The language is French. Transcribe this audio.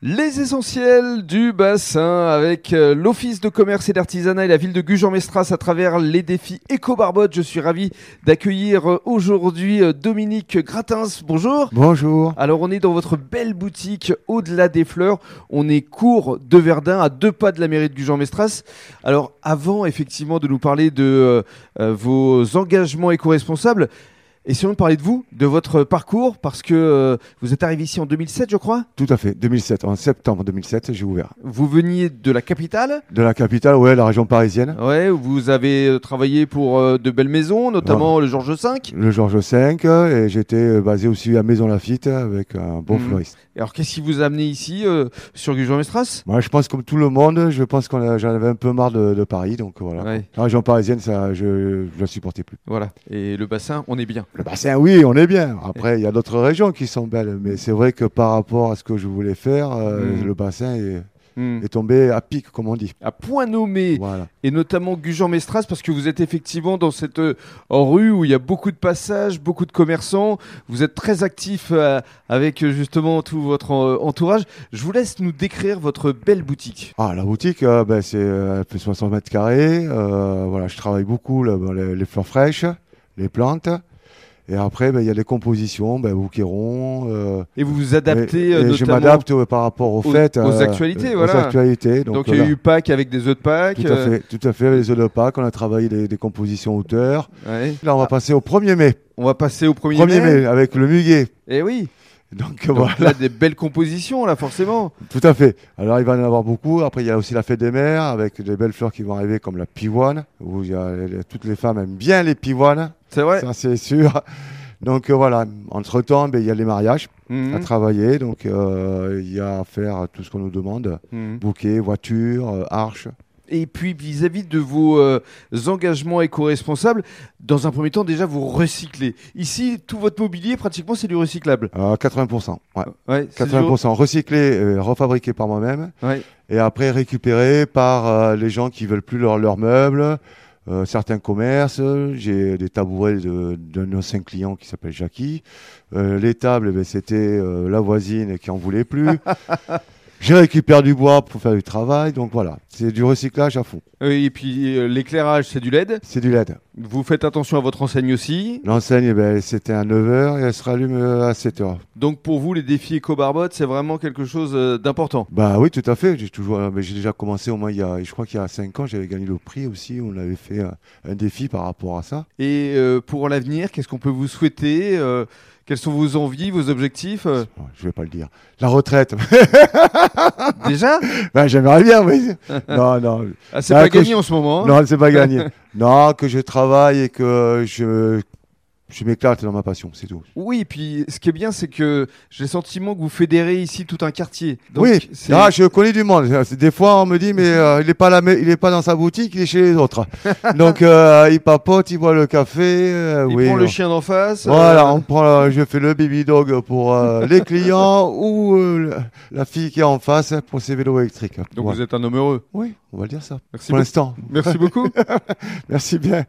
Les essentiels du bassin avec euh, l'Office de commerce et d'artisanat et la ville de Gujan-Mestras à travers les défis Éco-Barbotte. Je suis ravi d'accueillir euh, aujourd'hui euh, Dominique Gratins. Bonjour. Bonjour. Alors on est dans votre belle boutique au-delà des fleurs. On est cours de Verdun à deux pas de la mairie de Gujan-Mestras. Alors avant effectivement de nous parler de euh, euh, vos engagements éco-responsables, essayons de parler de vous, de votre parcours parce que euh, vous êtes arrivé ici en 2007 je crois. Tout à fait. 2007, en septembre 2007, j'ai ouvert. Vous veniez de la capitale, De la capitale, ouais, la région parisienne. ouais, vous avez euh, travaillé pour euh, de belles maisons, notamment le Georges V. Le Georges V, euh, et j'étais euh, basé aussi à Maison Lafitte avec un bon Mhm. fleuriste. Alors qu'est-ce qui vous a amené ici euh, sur Gujan-Mestras Moi, je pense comme tout le monde, je pense qu'on a- j'en avais un peu marre de, de Paris, donc voilà. Ouais, La région parisienne, ça, je ne la supportais plus. voilà. Et le bassin, on est bien. Le bassin, oui, on est bien. Après, il y a d'autres régions qui sont belles, mais c'est vrai que par rapport à ce que je voulais faire, euh, Mhm. le bassin est, Hmm. est tombé à pic, comme on dit. À point nommé, Voilà. et notamment Gujan-Mestras, parce que vous êtes effectivement dans cette euh, rue où il y a beaucoup de passages, beaucoup de commerçants. Vous êtes très actif euh, avec euh, justement tout votre euh, entourage. Je vous laisse nous décrire votre belle boutique. Ah, la boutique, euh, ben, c'est, euh, elle fait 60 mètres carrés. euh, voilà, je travaille beaucoup là, ben, les, les fleurs fraîches, les plantes. Et après, ben, il y a des compositions, ben, bouquets ronds. euh, Et vous vous adaptez et- euh, et Je notamment. m'adapte euh, par rapport aux aux- fêtes. euh, aux actualités, aux voilà. actualités. Donc Donc, il y a voilà. eu Pâques avec des œufs de Pâques. Tout à euh, fait, tout à fait. Les œufs de Pâques, on a travaillé des, des compositions auteurs. ouais. Là, on va passer au 1er mai. On va passer au 1er 1er Ah. mai. mai, avec le muguet. Et oui. Donc, Donc voilà, là, des belles compositions, là, forcément. tout à fait. Alors, il va y en avoir beaucoup. Après, il y a aussi la fête des mères avec des belles fleurs qui vont arriver comme la pivoine, où il y a, toutes les femmes aiment bien les pivoines. C'est vrai. ça c'est sûr. Donc euh, voilà, entre-temps, ben, il y a les mariages Mhm. à travailler, donc euh, il y a à faire tout ce qu'on nous demande, Mhm. bouquets, voitures, euh, arches. Et puis vis-à-vis de vos euh, engagements éco-responsables, dans un premier temps déjà vous recyclez. Ici, tout votre mobilier pratiquement c'est du recyclable. Euh, 80%, ouais. Ouais, c'est du- 80% recyclé, euh, refabriqué par moi-même, Ouais. et après récupéré par euh, les gens qui veulent plus leurs leurs meubles, euh, certains commerces. J'ai des tabourets de, de nos cinq clients qui s'appellent Jackie. Euh, les tables, eh ben, c'était euh, la voisine qui en voulait plus. J'ai récupéré du bois pour faire du travail, donc voilà, c'est du recyclage à fond. Oui, Et puis euh, l'éclairage c'est du LED. C'est du LED. Vous faites attention à votre enseigne aussi. L'enseigne, eh ben, c'était à 9h et elle se rallume euh, à 7h. Donc pour vous les défis éco-barbotte c'est vraiment quelque chose euh, d'important. Bah oui, tout à fait. J'ai toujours, euh, mais j'ai déjà commencé au moins il y a, je crois qu'il y a cinq ans, j'avais gagné le prix aussi. On avait fait euh, un défi par rapport à ça. Et euh, pour l'avenir, qu'est-ce qu'on peut vous souhaiter Euh, Quelles sont vos envies, vos objectifs Euh, Bon, je vais pas le dire. La retraite. Déjà ben, j'aimerais bien, oui. Non, non, Ah, C'est Bah, pas que gagné je- en ce moment. hein. non, c'est pas gagné. Non, que je travaille et que je, je m'éclate dans ma passion, c'est tout. Oui, et puis ce qui est bien, c'est que j'ai le sentiment que vous fédérez ici tout un quartier. Donc, oui. c'est- Ah, je connais du monde. Des fois, on me dit, mais euh, il est pas là, mais il est pas dans sa boutique, il est chez les autres. Donc, euh, il papote, il boit le café. euh, Il oui, prend le non. chien d'en face. euh, Voilà, on prend, euh, je fais le baby dog pour euh, les clients ou euh, la- la fille qui est en face pour ses vélos électriques. euh, Donc Voilà. vous êtes un homme heureux. Oui, on va le dire ça. Merci, beaucoup. Pour l'instant. Merci beaucoup. Merci bien.